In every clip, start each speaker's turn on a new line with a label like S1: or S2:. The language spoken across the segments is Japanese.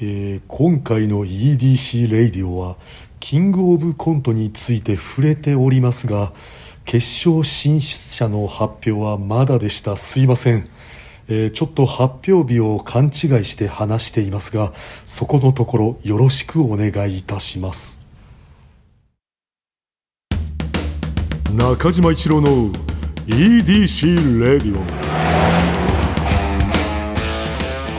S1: えー今回の EDC レイディオはキングオブコントについて触れておりますが決勝進出者の発表はまだでしたすいません、えーちょっと発表日を勘違いして話していますがそこのところよろしくお願いいたします中島一郎の EDC レディオ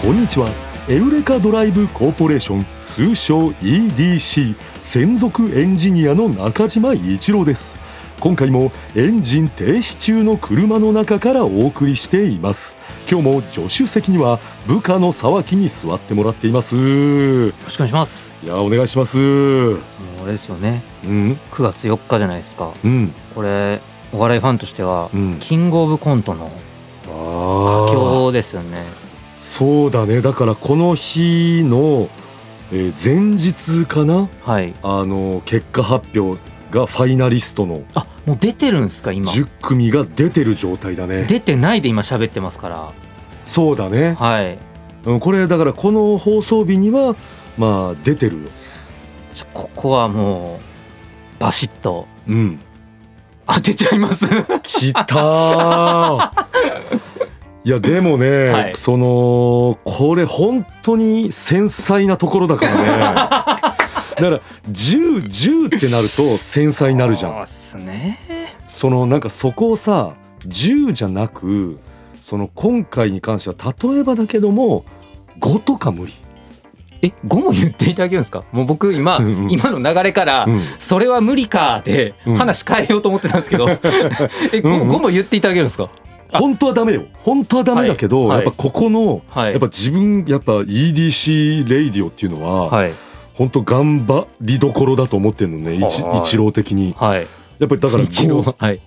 S1: こんにちはエウレカドライブコーポレーション通称 EDC 専属エンジニアの中島一郎です今回もエンジン停止中の車の中からお送りしています今日も助手席には部下の沢木に座ってもらっていますい
S2: よろしくお願いします
S1: やお願いしますうん
S2: もうあれですよね
S1: うん
S2: 9月4日じゃないですか
S1: うん
S2: これお笑いファンとしては、
S1: うん
S2: キングオブコントの
S1: あー
S2: 今日ですよね
S1: そうだねだからこの日の、えー前日かな
S2: はい
S1: あの結果発表がファイナリストの
S2: あもう出てるんですか今
S1: 10組が出てる状態だね
S2: 出てないで今喋ってますから
S1: そうだね、
S2: はい
S1: うん、これだからこの放送日にはまあ出てるよ
S2: じゃここはもうバシッと
S1: うん
S2: 当てちゃいます
S1: きた ーいやでもね、
S2: はい
S1: そのこれ本当に繊細なところだ からねだから1010ってなると繊細になるじゃん
S2: そうっすね
S1: そのなんかそこをさ10じゃなくその今回に関しては例えばだけども5とか無理、
S2: え5も言っていただけるんですかもう僕今、
S1: うんうん
S2: 今の流れから、
S1: うん、
S2: それは無理かで
S1: うん
S2: 話変えようと思ってたん ですけど、え 5,
S1: うんうん
S2: も言っていただけるんですか
S1: 本当はダメよ本当はダメだけど、
S2: はいはい
S1: やっぱここの
S2: はい
S1: やっぱ自分やっぱ EDC レイディオっていうのは、
S2: はい
S1: 本当頑張りどころだと思ってるのね一
S2: はい
S1: 一郎的に
S2: はい
S1: やっぱりだから
S2: 一応
S1: 5
S2: はい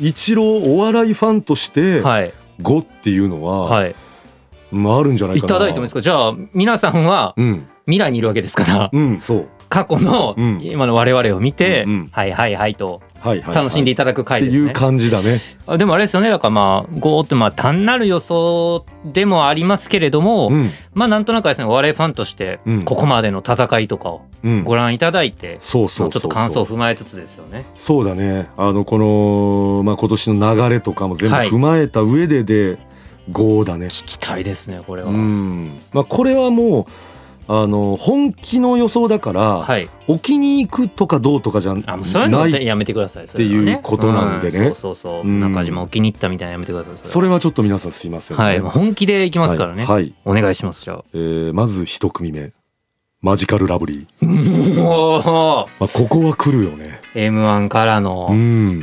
S1: 一郎お笑いファンとして
S2: はい
S1: 5っていうのは、
S2: はい
S1: まあ、あるんじゃない
S2: い
S1: かな
S2: ただいてもいいですかじゃあ皆さんは
S1: うん
S2: 未来にいるわけですから
S1: うんそう
S2: 過去の
S1: うん
S2: 今の我々を見て、
S1: うんうん
S2: はいはいはいと
S1: はいはい、はい、
S2: 楽しんでいただく
S1: っ
S2: 回
S1: て
S2: ですね、
S1: いう感じだね
S2: あでもあれですよねだからまあ5ってまあ単なる予想でもありますけれども、
S1: うん
S2: まあなんとなくですね我々ファンとして
S1: うん
S2: ここまでの戦いとかを
S1: うん
S2: ご覧いただいて、
S1: そうそ
S2: まあ
S1: う
S2: ち
S1: そう
S2: ょっと感想を踏まえつつですよね。
S1: そうだねあのこの、まあ、今年の流れとかも全部
S2: はい
S1: 踏まえた上でで5だね、
S2: 聞きたいですねこれは、
S1: うんまあ、これはもうあの本気の予想だから、
S2: はい
S1: 置きに行くとかどうとかじゃ
S2: あもうそういうの
S1: な
S2: はいやめてくださいそ
S1: ていう
S2: れはね
S1: ことなんでね
S2: うそうそうそ
S1: う
S2: う、
S1: ん
S2: 中島お気に入ったみたいなのやめてください
S1: それはちょっと皆さんすいません、ね
S2: はい、もう本気でいきますからね。
S1: はいはい
S2: お願いします、じゃあ。
S1: えーまず一組目マジカルラブリー、
S2: お
S1: まあ、ここは来るよね
S2: M1 から
S1: う
S2: の
S1: ん、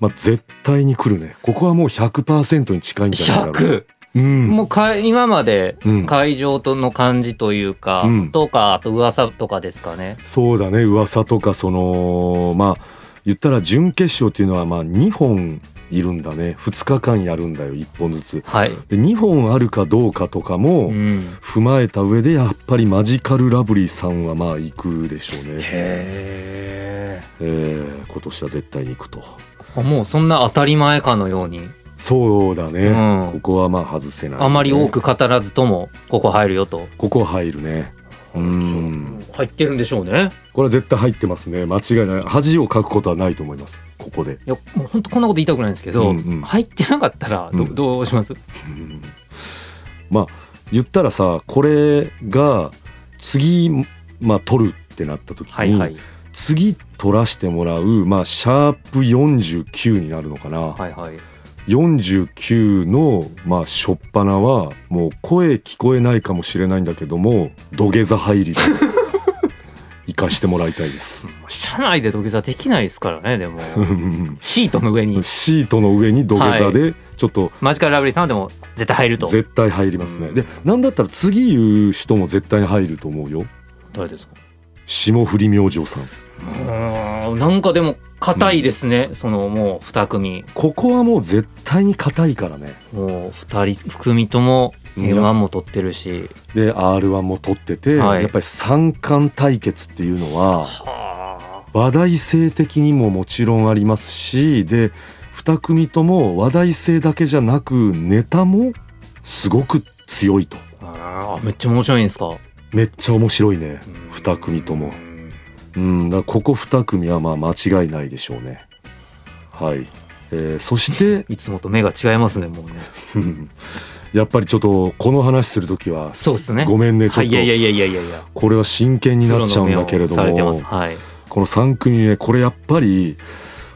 S1: まあ、絶対に来るねここはもう100%に近いんじゃないかな
S2: 100、
S1: うん
S2: もうか今まで
S1: うん
S2: 会場との感じというか、
S1: うん
S2: とかあと噂とかですかね。
S1: そうだね噂とかそのまあ言ったら準決勝っていうのはまあ2本いるんだね2日間やるんだよ1本ずつ
S2: はい。
S1: で2本あるかどうかとか
S2: う
S1: も
S2: ん、
S1: 踏まえた上でやっぱりマジカルラブリーさんはまあ行くでしょうね、
S2: へえ。
S1: えー今年は絶対に行くと
S2: あもうそんな当たり前かのように、
S1: そうだね、
S2: うん
S1: ここはまあ外せない、
S2: あまり多く語らずともここ入るよと。
S1: ここ入るねうん
S2: 入ってるんでしょうね。
S1: これは絶対入ってますね間違いない恥をかくことはないと思いますここで
S2: いやもう本当こんなこと言いたくないんですけど、
S1: うんうん
S2: 入ってなかったらど,、
S1: うん
S2: どうします？
S1: うんまあ言ったらさこれが次、まあ、取るってなった時に、
S2: はいはい
S1: 次取らしてもらう、まあ、シャープ49になるのかな、
S2: はいはい。
S1: 49の、まあ、初っ端はもう声聞こえないかもしれないんだけども土下座入 りで生かしてもらいたいです。
S2: 車内で土下座できないですからねでもシートの上に
S1: シートの上に土下座でちょっと
S2: マジカルラブリーさんはでも絶対入ると
S1: 絶対入りますね、でなんだったら次言う人も絶対に入ると思うよ
S2: 誰ですか
S1: 霜降り明星さん
S2: うーんなんかでも硬いですね、そのもう2組
S1: ここはもう絶対に硬いからね
S2: もう2人組とも
S1: うん
S2: m 1も取ってるし
S1: で r 1も取ってて、
S2: はい
S1: やっぱり三冠対決っていうのは
S2: は
S1: 話題性的にももちろんありますしで2組とも話題性だけじゃなくネタもすごく強いと
S2: あめっちゃ面白いんですか
S1: めっちゃ面白いね二組ともうんだからここ2組はまあ間違いないでしょうねはい、えーそして
S2: いつもと目が違いますねもうね
S1: うんやっぱりちょっとこの話する時は
S2: そうですね
S1: ごめんねちょ
S2: は
S1: っ
S2: い
S1: と、
S2: いやいやいやいやいやいや
S1: これは真剣になっちゃうんだけれど
S2: プロの目をさ
S1: も
S2: れてますはい
S1: この3組目これやっぱり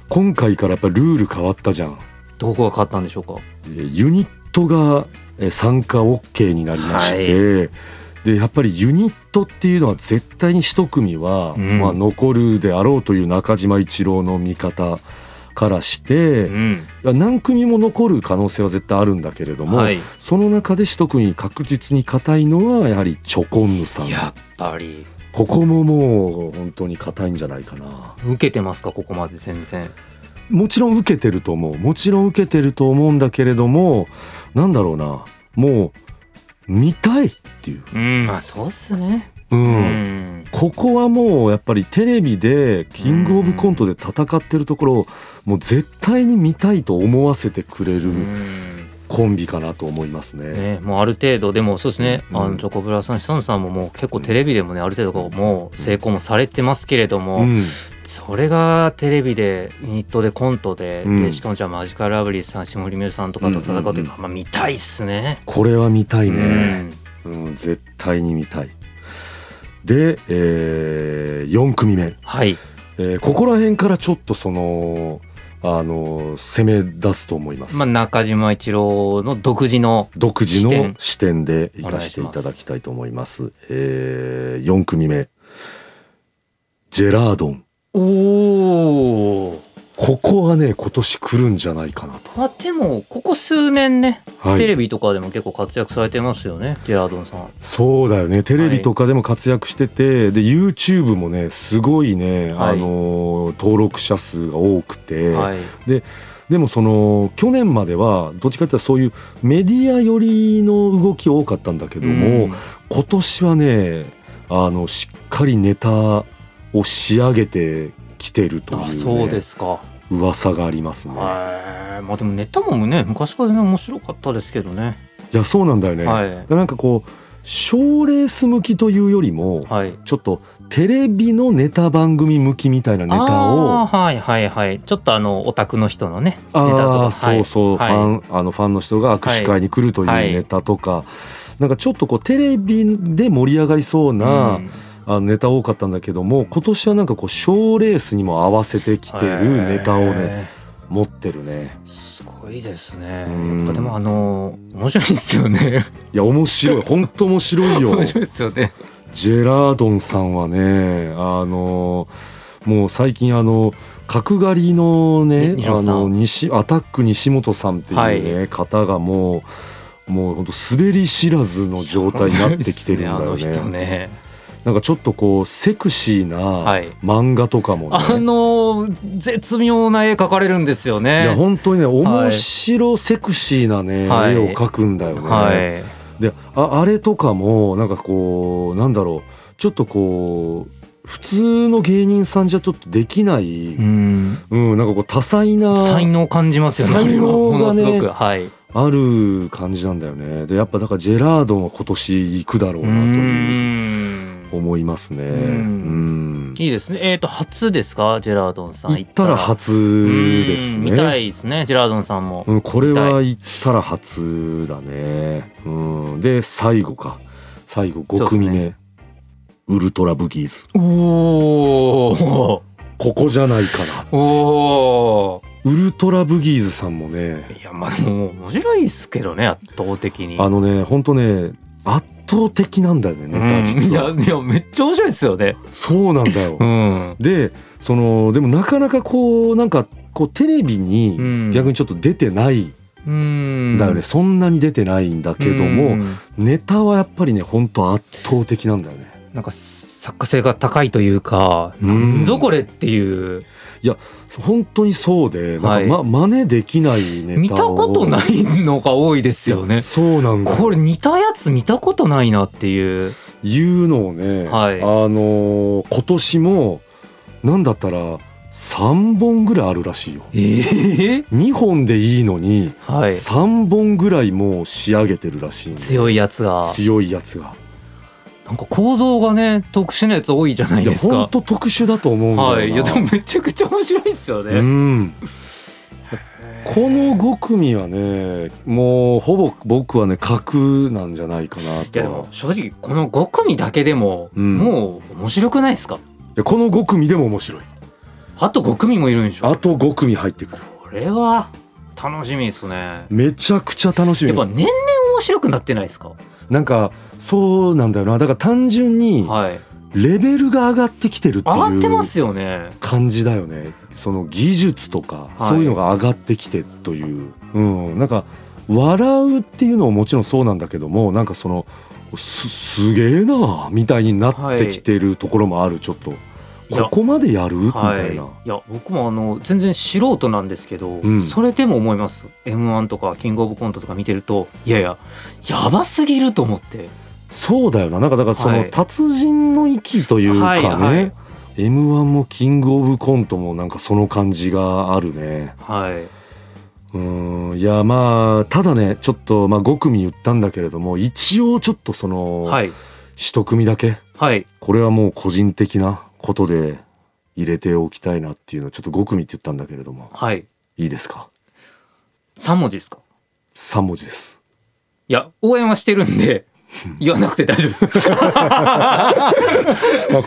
S1: 今回からやっぱルール変わったじゃん
S2: どこが変わったんでしょうか
S1: えーユニットがえー参加 OK になりまして、でやっぱりユニットっていうのは絶対に一組は、
S2: うん
S1: まあ、残るであろうという中島一郎の見方からし
S2: う
S1: て、
S2: ん
S1: 何組も残る可能性は絶対あるんだけれども、
S2: はい
S1: その中で一組確実に硬いのはやはりチョコンヌさん
S2: やっぱり
S1: ここももう本当に硬いんじゃないかな。
S2: 受けてますかここまで全然
S1: もちろん受けてると思うもちろん受けてると思うんだけれどもなんだろうなもう見たいっていう、
S2: うんまあそうっすね
S1: うん
S2: うん
S1: ここはもうやっぱりテレビでキングオブコントで戦ってるところをもう絶対に見たいと思わせてくれる
S2: うん
S1: コンビかなと思いますね。
S2: ね、もうある程度でもそうですね、
S1: うん
S2: あのチョコブラさんシソンさんももう結構テレビでもねある程度もう成功もされてますけれども、
S1: うん
S2: それがテレビでユニットでコントで,、
S1: うん
S2: でしかもじゃあマジカルラブリーさん霜降り明星さんとかと戦うというか、
S1: うんうんう
S2: まあ、見たいっすね。
S1: これは見たいね、
S2: うん
S1: うん、絶対に見たい。で、え4組目
S2: はい、
S1: えーここら辺からちょっとそのあの攻め出すと思います、
S2: まあ、中島一郎の独自の
S1: 独自
S2: 視
S1: の
S2: 点
S1: 視点で生かしていただきたいと思いますえ4組目ジェラードン
S2: おー
S1: ここはね今年来るんじゃないかなと、
S2: まあでもここ数年ね、
S1: はい
S2: テレビとかでも結構活躍されてますよねジェラードンさん。
S1: そうだよねテレビとかでも活躍してて、で YouTube もねすごいね、
S2: は
S1: あ
S2: い
S1: の登録者数が多くて、
S2: はい、
S1: でもその去年まではどっちかというとそういうメディア寄りの動き多かったんだけども、
S2: うん
S1: 今年はねあのしっかりネタを仕上げてきてると
S2: あ
S1: い,、
S2: そううで
S1: ね、
S2: すか。
S1: 噂がありますね。
S2: はい、まあでもネタもね昔からね面白かったですけどね。
S1: いやそうなんだよね、
S2: はい
S1: なんかこう賞ーレース向きというよりも、
S2: はい。
S1: ちょっとテレビのネタ番組向きみたいなネタ
S2: あ
S1: を
S2: ーはいはいはい。ちょっとあのオタクの人のねネタとか
S1: あ
S2: は
S1: あ
S2: い
S1: そうそう、
S2: はい
S1: ファンあのファンの人が握手会に来るという
S2: はい
S1: ネタとか、なんかちょっとこうテレビで盛り上がりそうな、
S2: うん
S1: あのネタ多かったんだけども今年はなんかこう賞ーレースにも合わせてきてるネタをね
S2: へ
S1: 持ってるね
S2: ーすごいですね。
S1: うん
S2: やっぱでもあの面白いですよね。
S1: いや面 白い本当面白いよ
S2: 面白いですよね。
S1: ジェラードンさんはねあのもう最近あの角刈りのね
S2: に西
S1: あ
S2: 本さん
S1: の西アタック西本さんっていうね、方がもうもう本当滑り知らずの状態になってきてるんだよ
S2: 面白いっすねあの人
S1: ね
S2: ね。
S1: なんかちょっとこうセクシー
S2: は。
S1: ない漫画とかもね、
S2: あの絶妙な絵描かれるんですよね。
S1: いや本当にね面白セクシーなね、
S2: はい
S1: 絵を描くんだよね。
S2: はい。
S1: でああれとかもなんかこうなんだろうちょっとこう普通の芸人さんじゃちょっとできない、う
S2: うんん。
S1: なんかこう多彩な
S2: 才能感じますよね。
S1: 才能がね
S2: ものすごくはい。
S1: ある感じなんだよね。でやっぱだからジェラードンは今年行くだろう
S2: う
S1: なという
S2: ーん
S1: 思いますね。
S2: ん
S1: うん
S2: いいですね。えっ、と初ですか、ジェラードンさん。
S1: 行ったら初です
S2: うん見た
S1: ね。
S2: いですね、ジェラードンさんも。
S1: うん、これは行ったら初だね。うん、で最後か最後5組
S2: そう
S1: 目、ウルトラブギーズ。
S2: おお
S1: ここじゃないかな。
S2: おお。
S1: ウルトラブギーズさんもね、
S2: いやまあでも面白いですけどね、圧倒的に。
S1: あのね、本当ね、圧倒的なんだよね、
S2: う
S1: ネタ
S2: ん、い
S1: 実
S2: や
S1: は。
S2: いやめっちゃ面白いですよね。
S1: そうなんだよ
S2: う。ん。
S1: で、その、でもなかなかこう、なんか、こう、テレビ
S2: う
S1: に
S2: ん、
S1: 逆にちょっと出てない
S2: うん
S1: んだよね。そんなに出てないんだけど
S2: う
S1: も、
S2: ん
S1: ネタはやっぱりね、本当圧倒的なんだよね。
S2: なんか作家性が高いというか、
S1: うん
S2: なんぞこれっていう
S1: 本当にそうで、な
S2: は
S1: ん
S2: い
S1: か、ま、真似できないネタを。
S2: 見たことないのが多いですよね。
S1: そうなんだよ。
S2: これ似たやつ見たことないなっていう。
S1: いうのをね、
S2: はい
S1: あのー今年もなんだったら3本ぐらいあるらしいよ
S2: ええ
S1: 2本でいいのに
S2: はい。
S1: 3本ぐらいもう仕上げてるらしい、
S2: 強いやつが。
S1: 強いやつが
S2: なんか構造がね特殊なやつ多いじゃない
S1: いや
S2: ですか
S1: 本当特殊だと思うんだよな、
S2: はいいやでもめちゃくちゃ面白いですよ
S1: う
S2: ね、
S1: んこの5組はねもうほぼ僕はね格なんじゃないかなと
S2: いやでも正直この5組だけでも、
S1: うん
S2: もう面白くないですか
S1: いやこの5組でも面白い
S2: あと5組もいるんでしょ
S1: あと5組入ってくる
S2: これは楽しみですね
S1: めちゃくちゃ楽し
S2: や
S1: み
S2: っぱ年々面白くなってないですか
S1: なんかそうなんだよなだから単純に
S2: はい
S1: レベルが上がってきてるって
S2: 上が
S1: い
S2: ってま
S1: う
S2: すよね
S1: 感じだよねその技術とか、
S2: い
S1: そういうのが上がってきてという、うん、なんか笑うっていうのももちろんそうなんだけどもなんかそのすすげえなみたいになってきてるところもあるちょっと
S2: いや
S1: ここまでやるみ
S2: は
S1: たい
S2: い
S1: な。
S2: いや僕もあの全然素人なんですけど、
S1: うん
S2: それでも思います m 1とかキングオブコントとか見てるといやいややばすぎると思って
S1: そうだよななんかだからその、
S2: はい
S1: 達人の域というかね、
S2: はいはい
S1: m 1もキングオブコントもなんかその感じがあるね。
S2: はい、
S1: うんいやまあただねちょっと、まあ、5組言ったんだけれども一応ちょっとその、
S2: はい
S1: 一組だけ
S2: はい
S1: これはもう個人的なことで入れておきたいなっていうのをちょっと5組って言ったんだけれども
S2: はい
S1: いいですか
S2: 3文字ですか
S1: 3文字です
S2: いや応援はしてるんで言わなくて大丈夫 です。
S1: まあ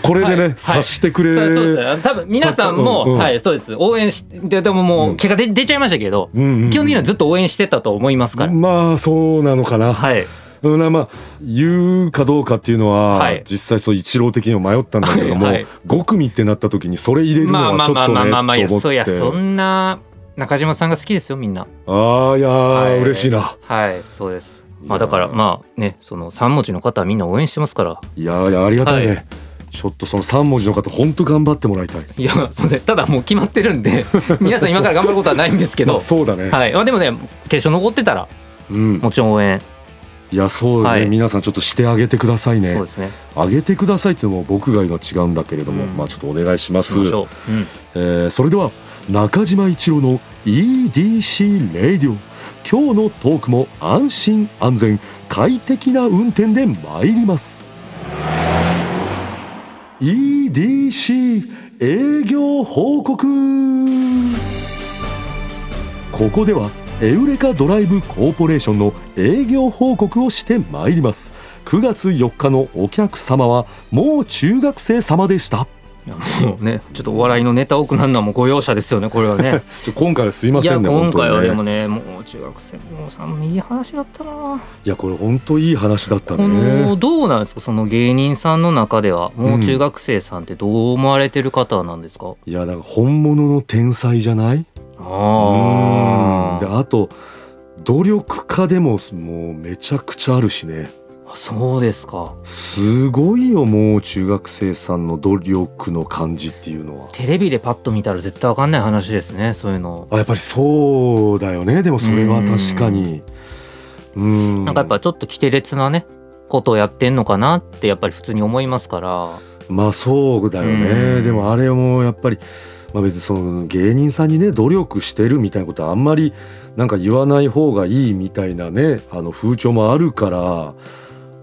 S1: これでね、
S2: はい
S1: 察してくれ
S2: そうそう
S1: る、
S2: です多分皆さんも、
S1: うんうん
S2: はいそうです応援してででも
S1: う
S2: も
S1: ん
S2: う結果で出ちゃいましたけど、
S1: うんうんうん
S2: 基本的にはずっと応援してたと思いますから、
S1: まあそうなのかな、
S2: はい
S1: うんなまあ言うかどうかっていうのは、
S2: はい
S1: 実際そう一郎的にも迷ったんだけれども、
S2: はいはい
S1: 5組ってなった時にそれ入れるの
S2: まあ
S1: は
S2: ま
S1: ち
S2: あ
S1: ょっ
S2: まあ
S1: と
S2: まあ
S1: ね
S2: まあまあいや
S1: と思
S2: そ
S1: っ
S2: いやそ
S1: て
S2: んな中島さんが好きですよみんな
S1: ああいやー、
S2: はい
S1: 嬉しいな
S2: はいそうですまあ
S1: いや
S2: だからまあねその3文字の方はみんな応援してますから
S1: いやーいやありがたいね、
S2: は
S1: ちょっとその3文字の方本当頑張ってもらいたい
S2: いやすいませんただもう決まってる んで皆さん今から頑張ることはないんですけ
S1: ま
S2: ど
S1: あそうだね、
S2: はいまあでもね決勝残ってたら
S1: うん
S2: もちろん応援
S1: いやそうね、
S2: はい
S1: 皆さんちょっとしてあげてくださいね
S2: そうですね
S1: あげてくださいっていうのも僕が言うのは違うんだけれども、
S2: うん
S1: まあちょっとお願いします
S2: しましょう、うん、
S1: えーそれでは中島一郎の EDC レイディオ今日のトークも安心安全快適な運転で参ります EDC 営業報告ここではエウレカドライブコーポレーションの営業報告をして参ります9月4日のお客様はもう中学生様でした
S2: いやもうねちょっとお笑いのネタ多くなるのはもうご容赦ですよねこれはね
S1: ちょ今回は すいま
S2: い
S1: せ
S2: や
S1: んね
S2: 今
S1: 本当
S2: 回は
S1: に
S2: で
S1: ね
S2: もねもう中学生もさんいい話だったない
S1: やこれ本当いい話だった
S2: この
S1: ね。
S2: どうなんですかその芸人さんの中ではもう中学生さんってどう思われてる方なんですか、
S1: いやだから本物の天才じゃない？うんで
S2: あ
S1: あと努力家でももうめちゃくちゃあるしね。
S2: あそうですか
S1: すごいよもう中学生さんの努力の感じっていうのは。
S2: テレビでパッと見たら絶対わかんない話ですねそういうの
S1: あやっぱりそうだよね。でもそれは確かに。うん。
S2: なんかやっぱちょっと奇て烈なねことをやってんのかなってやっぱり普通に思いますから
S1: まあそうだよ
S2: う
S1: ね。
S2: ん
S1: でもあれもやっぱり、まあ、別にその芸人さんにね努力してるみたいなことはあんまりなんか言わない方がいいみたいなねあの風潮もあるから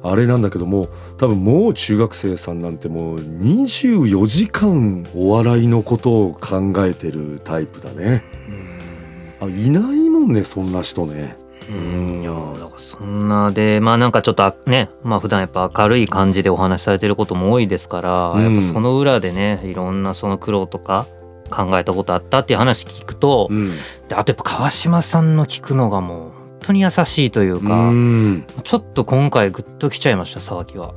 S1: あれなんだけども多分もう中学生さんなんてもう24時間お笑いのことを考えてるタイプだね。
S2: うん
S1: あいないもんねそんな人ね。
S2: うんいやだからそんなでまあなんかちょっとあねまあ普段やっぱ明るい感じでお話しされてることも多いですから、
S1: うん
S2: やっぱその裏でねいろんなその苦労とか考えたことあったっていう話聞くと、
S1: うん。
S2: であとやっぱ川島さんの聞くのがもう本当に優しいというか、
S1: うん
S2: ちょっと今回グッときちゃいました沢木は。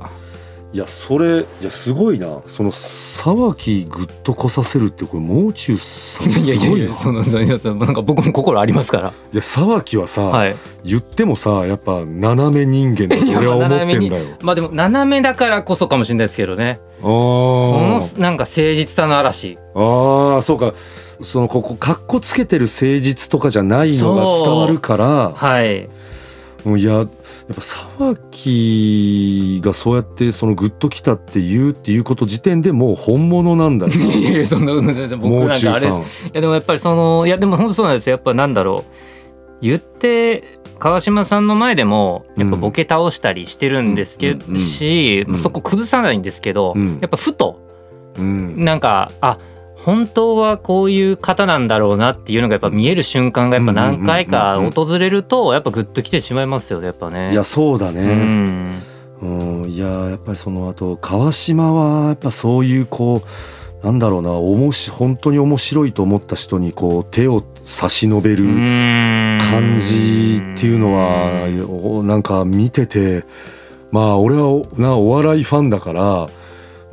S1: いやそれいやすごいなその沢木ぐっとこさせるってこれもう中さんすごいな。
S2: そのそのそのなんか僕も心ありますから。
S1: いや沢木はさ、
S2: はい。
S1: 言ってもさやっぱ斜め人間だと
S2: いや
S1: 俺は思 ってん
S2: ま
S1: だよ。
S2: まあでも斜めだからこそかもしれないですけどね。
S1: あー
S2: このなんか誠実さの嵐。
S1: あーそうかそのここかっこつけてる誠実とかじゃないのが
S2: そう
S1: 伝わるから
S2: はい。
S1: もういややっぱ沢木がそうやってそのグッときたって言うっていうこと時点でもう本物なんだよ
S2: いやいやそんなそんな僕
S1: もう
S2: なんか
S1: 中
S2: あれ
S1: さ
S2: です。
S1: ん。
S2: いやでもやっぱりそのいやでも本当そうなんですよ。やっぱなんだろう。言って川島さんの前でもやっぱボケ倒したりしてるんですけど、
S1: うん
S2: し、
S1: うん
S2: そこ崩さないんですけど、
S1: うん
S2: やっぱふと
S1: うん
S2: なんかあ本当はこういう方なんだろうなっていうのがやっぱ見える瞬間がやっぱ何回
S1: う
S2: か
S1: んうんうん
S2: 訪れるとやっぱグッときてしまいますよねやっぱね。
S1: いやそうだ
S2: う
S1: ね、
S2: ん
S1: うんいややっぱりその後川島はやっぱそういうこうなんだろうなおもし本当に面白いと思った人にこう手を差し伸べる感
S2: 感
S1: じっていうのはおなんか見ててまあ俺はおなお笑いファンだから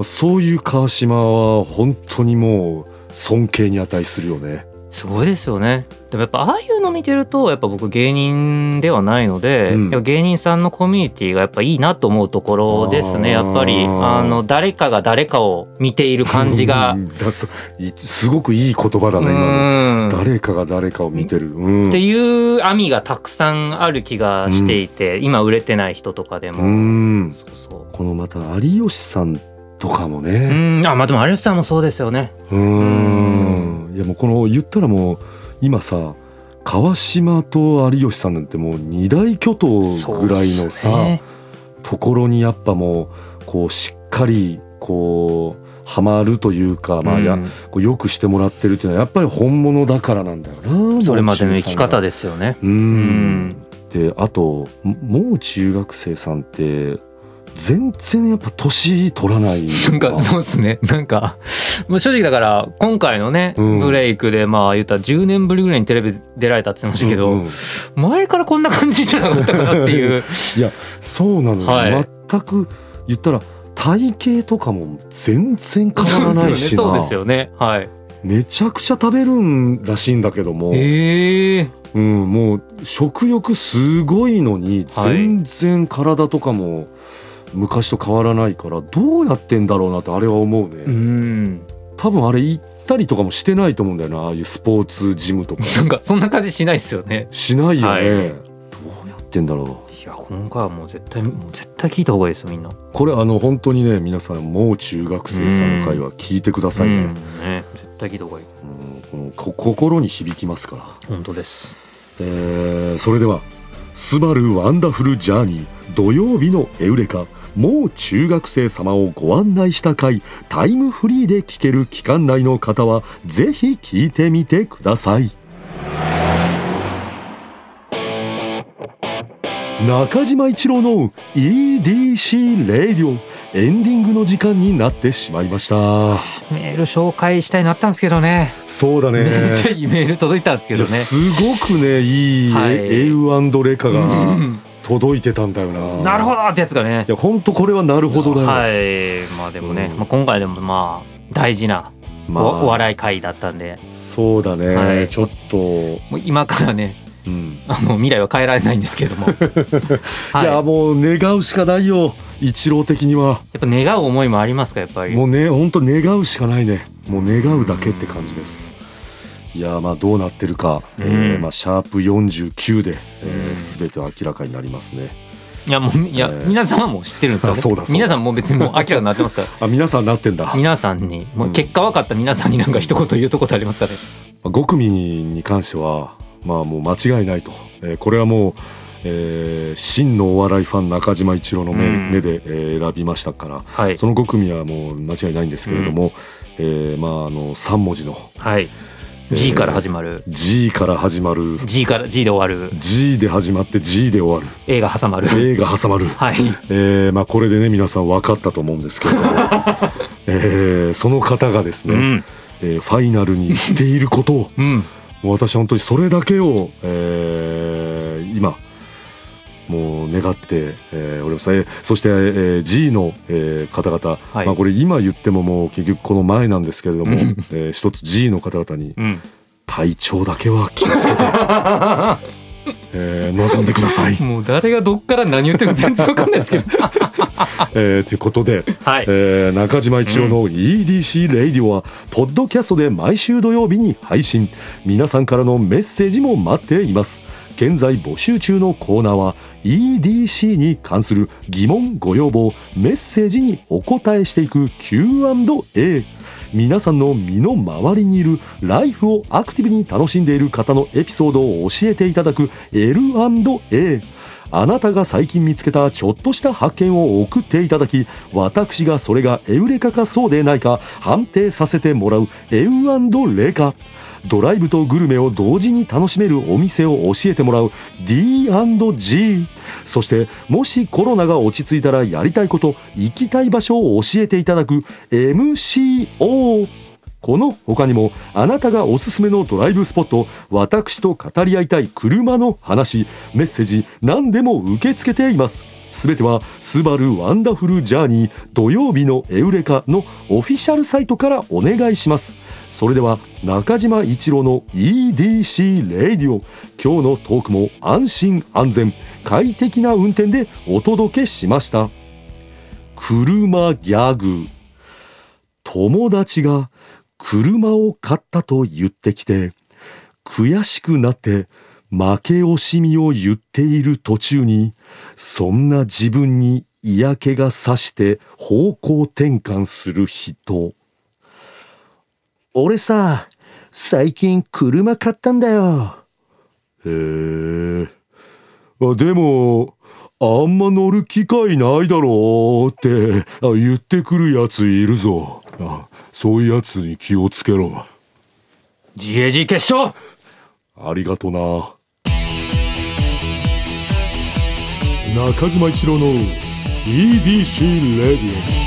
S1: そういう川島は本当にもう尊敬に値するよね。
S2: すごいですよねでもやっぱああいうの見てるとやっぱ僕芸人ではないので、
S1: うん
S2: やっぱ芸人さんのコミュニティがやっぱいいなと思うところですね
S1: あ
S2: や
S1: ー
S2: っぱりあの誰かが誰かを見ている感じが
S1: う。んだそいすごくいい言葉だね今の。
S2: うん
S1: 誰かが誰かを見てる。うん
S2: っていう網がたくさんある気がしていて、今売れてない人とかでも、
S1: うん
S2: そうそう
S1: このまた有吉さんとかも
S2: う
S1: ね。
S2: んあまあでも有吉さんもそうですよね
S1: うん。いやもうこの言ったらもう今さ川島と有吉さんなんてもう二大巨頭ぐらいのさ、
S2: そうっすね
S1: ところにやっぱもうこうしっかりこうハマるというか、まあや
S2: うん
S1: こうよくしてもらってるっていうのはやっぱり本物だからなんだよな。
S2: それまでの生き方
S1: で。
S2: ですよね
S1: う。
S2: うんん
S1: であとももう中学生さんって全然やっぱ年取らない
S2: なんかそうですねなんかもう正直だから今回のね、
S1: うん
S2: ブレイクでまあ言ったら10年ぶりぐらいにテレビ出られたって言ってましたけど、
S1: うんうん
S2: 前からこんな感じじゃなかったかなって いう
S1: そうなのよ、
S2: はい
S1: 全く言ったら体型とかも全然変わらないしな、
S2: そうですよねそうですよね
S1: めちゃくちゃ食べるんらしいんだけども、
S2: はいええ
S1: うん、もう食欲すごいのに
S2: はい
S1: 全然体とかも昔と変わらないからどうやってんだろうなってあれは思うね、
S2: うん
S1: 多分あれ行ったりとかもしてないと思うんだよなああいうスポーツジムとか
S2: なんかそんな感じしないですよね
S1: しないよね、
S2: はい
S1: どうやってんだろ
S2: いや今回はもう絶対もう絶対聞いた方がいいですよみんな。
S1: うこれあの本当にね皆さんもう中学生さんの会は聞いてくださいね、
S2: うんね絶対聞いた方がいい。
S1: うんこのこ心に響きますから、
S2: 本当です。
S1: えーそれでは「スバルワンダフルジャーニー土曜日のエウレカ」もう中学生様をご案内した回タイムフリーで聴ける期間内の方はぜひ聞いてみてください中島一郎の EDC レイディオエンディングの時間になってしまいました
S2: メール紹介したいなったんですけどね。
S1: そうだね
S2: めっちゃいいメール届いたんですけどね
S1: いや。すごくねいい
S2: はい
S1: エイウレカ
S2: う
S1: が
S2: ん
S1: 届いてたんだよな。
S2: なるほ
S1: ど。
S2: どってやつがね
S1: い。や本当これはなるほどだよ。
S2: はい。まあでもね、
S1: うん
S2: まあ今回でもまあ大事なお
S1: まあ
S2: お笑い会だったんで、
S1: そうだね、
S2: はい
S1: ちょっと、
S2: もう今からね、
S1: うん、
S2: あの未来は変えられないんですけれども。はい い。
S1: や
S2: やっ
S1: もう願うしかないよ一郎的には
S2: ぱ願う思いもありますかやっぱり。
S1: もうね本当願うしかないねもう願うだけって感じです。いやまあどうなってるか、
S2: うん
S1: えーまあ、シャープ49で、え
S2: うん
S1: ー、全て明らかになりますね
S2: いやもういや、
S1: えー
S2: 皆様も知ってるんですよ、
S1: あ
S2: ね。
S1: そうだそうだ
S2: 皆さんもう別にもう明らかになってますから。
S1: あ皆さんなってんだ
S2: 皆さんにも
S1: う
S2: うん結果分かった皆さんになんか一言言うとことありますかね、
S1: 5組に関してはまあもう間違いないと、えーこれはもう、えー真のお笑いファン中島一郎の目,、
S2: うん
S1: 目で、えー選びましたから
S2: はい
S1: その5組はもう間違いないんですけれども、えーまああの3文字の
S2: はい、G から始まる
S1: G から始まる
S2: G から G で終わる
S1: G で始まって G で終わ
S2: A が挟ま
S1: る
S2: る
S1: A が挟まる、
S2: はい
S1: えーまあ、これでね皆さん分かったと思うんですけれ ども、えーその方がですね、
S2: うん
S1: えーファイナルに行っていることを
S2: うん
S1: もう私本当にそれだけを、えー今もう願って、えーおります、えーそして、えー G の、えー方々、
S2: はい
S1: まあ、これ今言ってももう結局この前なんですけれども、
S2: う
S1: え
S2: ん
S1: ー一つ G の方々に
S2: うん。
S1: 体調だけは気をつけて、えー臨んでください
S2: もう誰がどっから何言ってるか全然分かんないですけど
S1: えーということで、
S2: はい
S1: えー中島一郎の EDC レイディオはポッドキャストで毎週土曜日に配信皆さんからのメッセージも待っています現在募集中のコーナーは EDC に関する疑問ご要望メッセージにお答えしていく Q&A 皆さんの身の回りにいるライフをアクティブに楽しんでいる方のエピソードを教えていただく L&A あなたが最近見つけたちょっとした発見を送っていただき私がそれがエウレカかそうでないか判定させてもらうエウレカドライブとグルメを同時に楽しめるお店を教えてもらう D&G そしてもしコロナが落ち着いたらやりたいこと行きたい場所を教えていただく MCO この他にもあなたがおすすめのドライブスポット私と語り合いたい車の話メッセージ何でも受け付けていますすべては「スバルワンダフルジャーニー土曜日のエウレカ」のオフィシャルサイトからお願いしますそれでは中島一郎の EDC レディオ今日のトークも安心安全快適な運転でお届けしました車ギャグ友達が車を買ったと言ってきて悔しくなって負け惜しみを言っている途中にそんな自分に嫌気がさして方向転換する人俺さ最近車買ったんだよへえあでもあんま乗る機会ないだろうってあ言ってくるやついるぞあそういうやつに気をつけろ
S2: GAG 決勝
S1: ありがとな中島一郎の EDC レディオ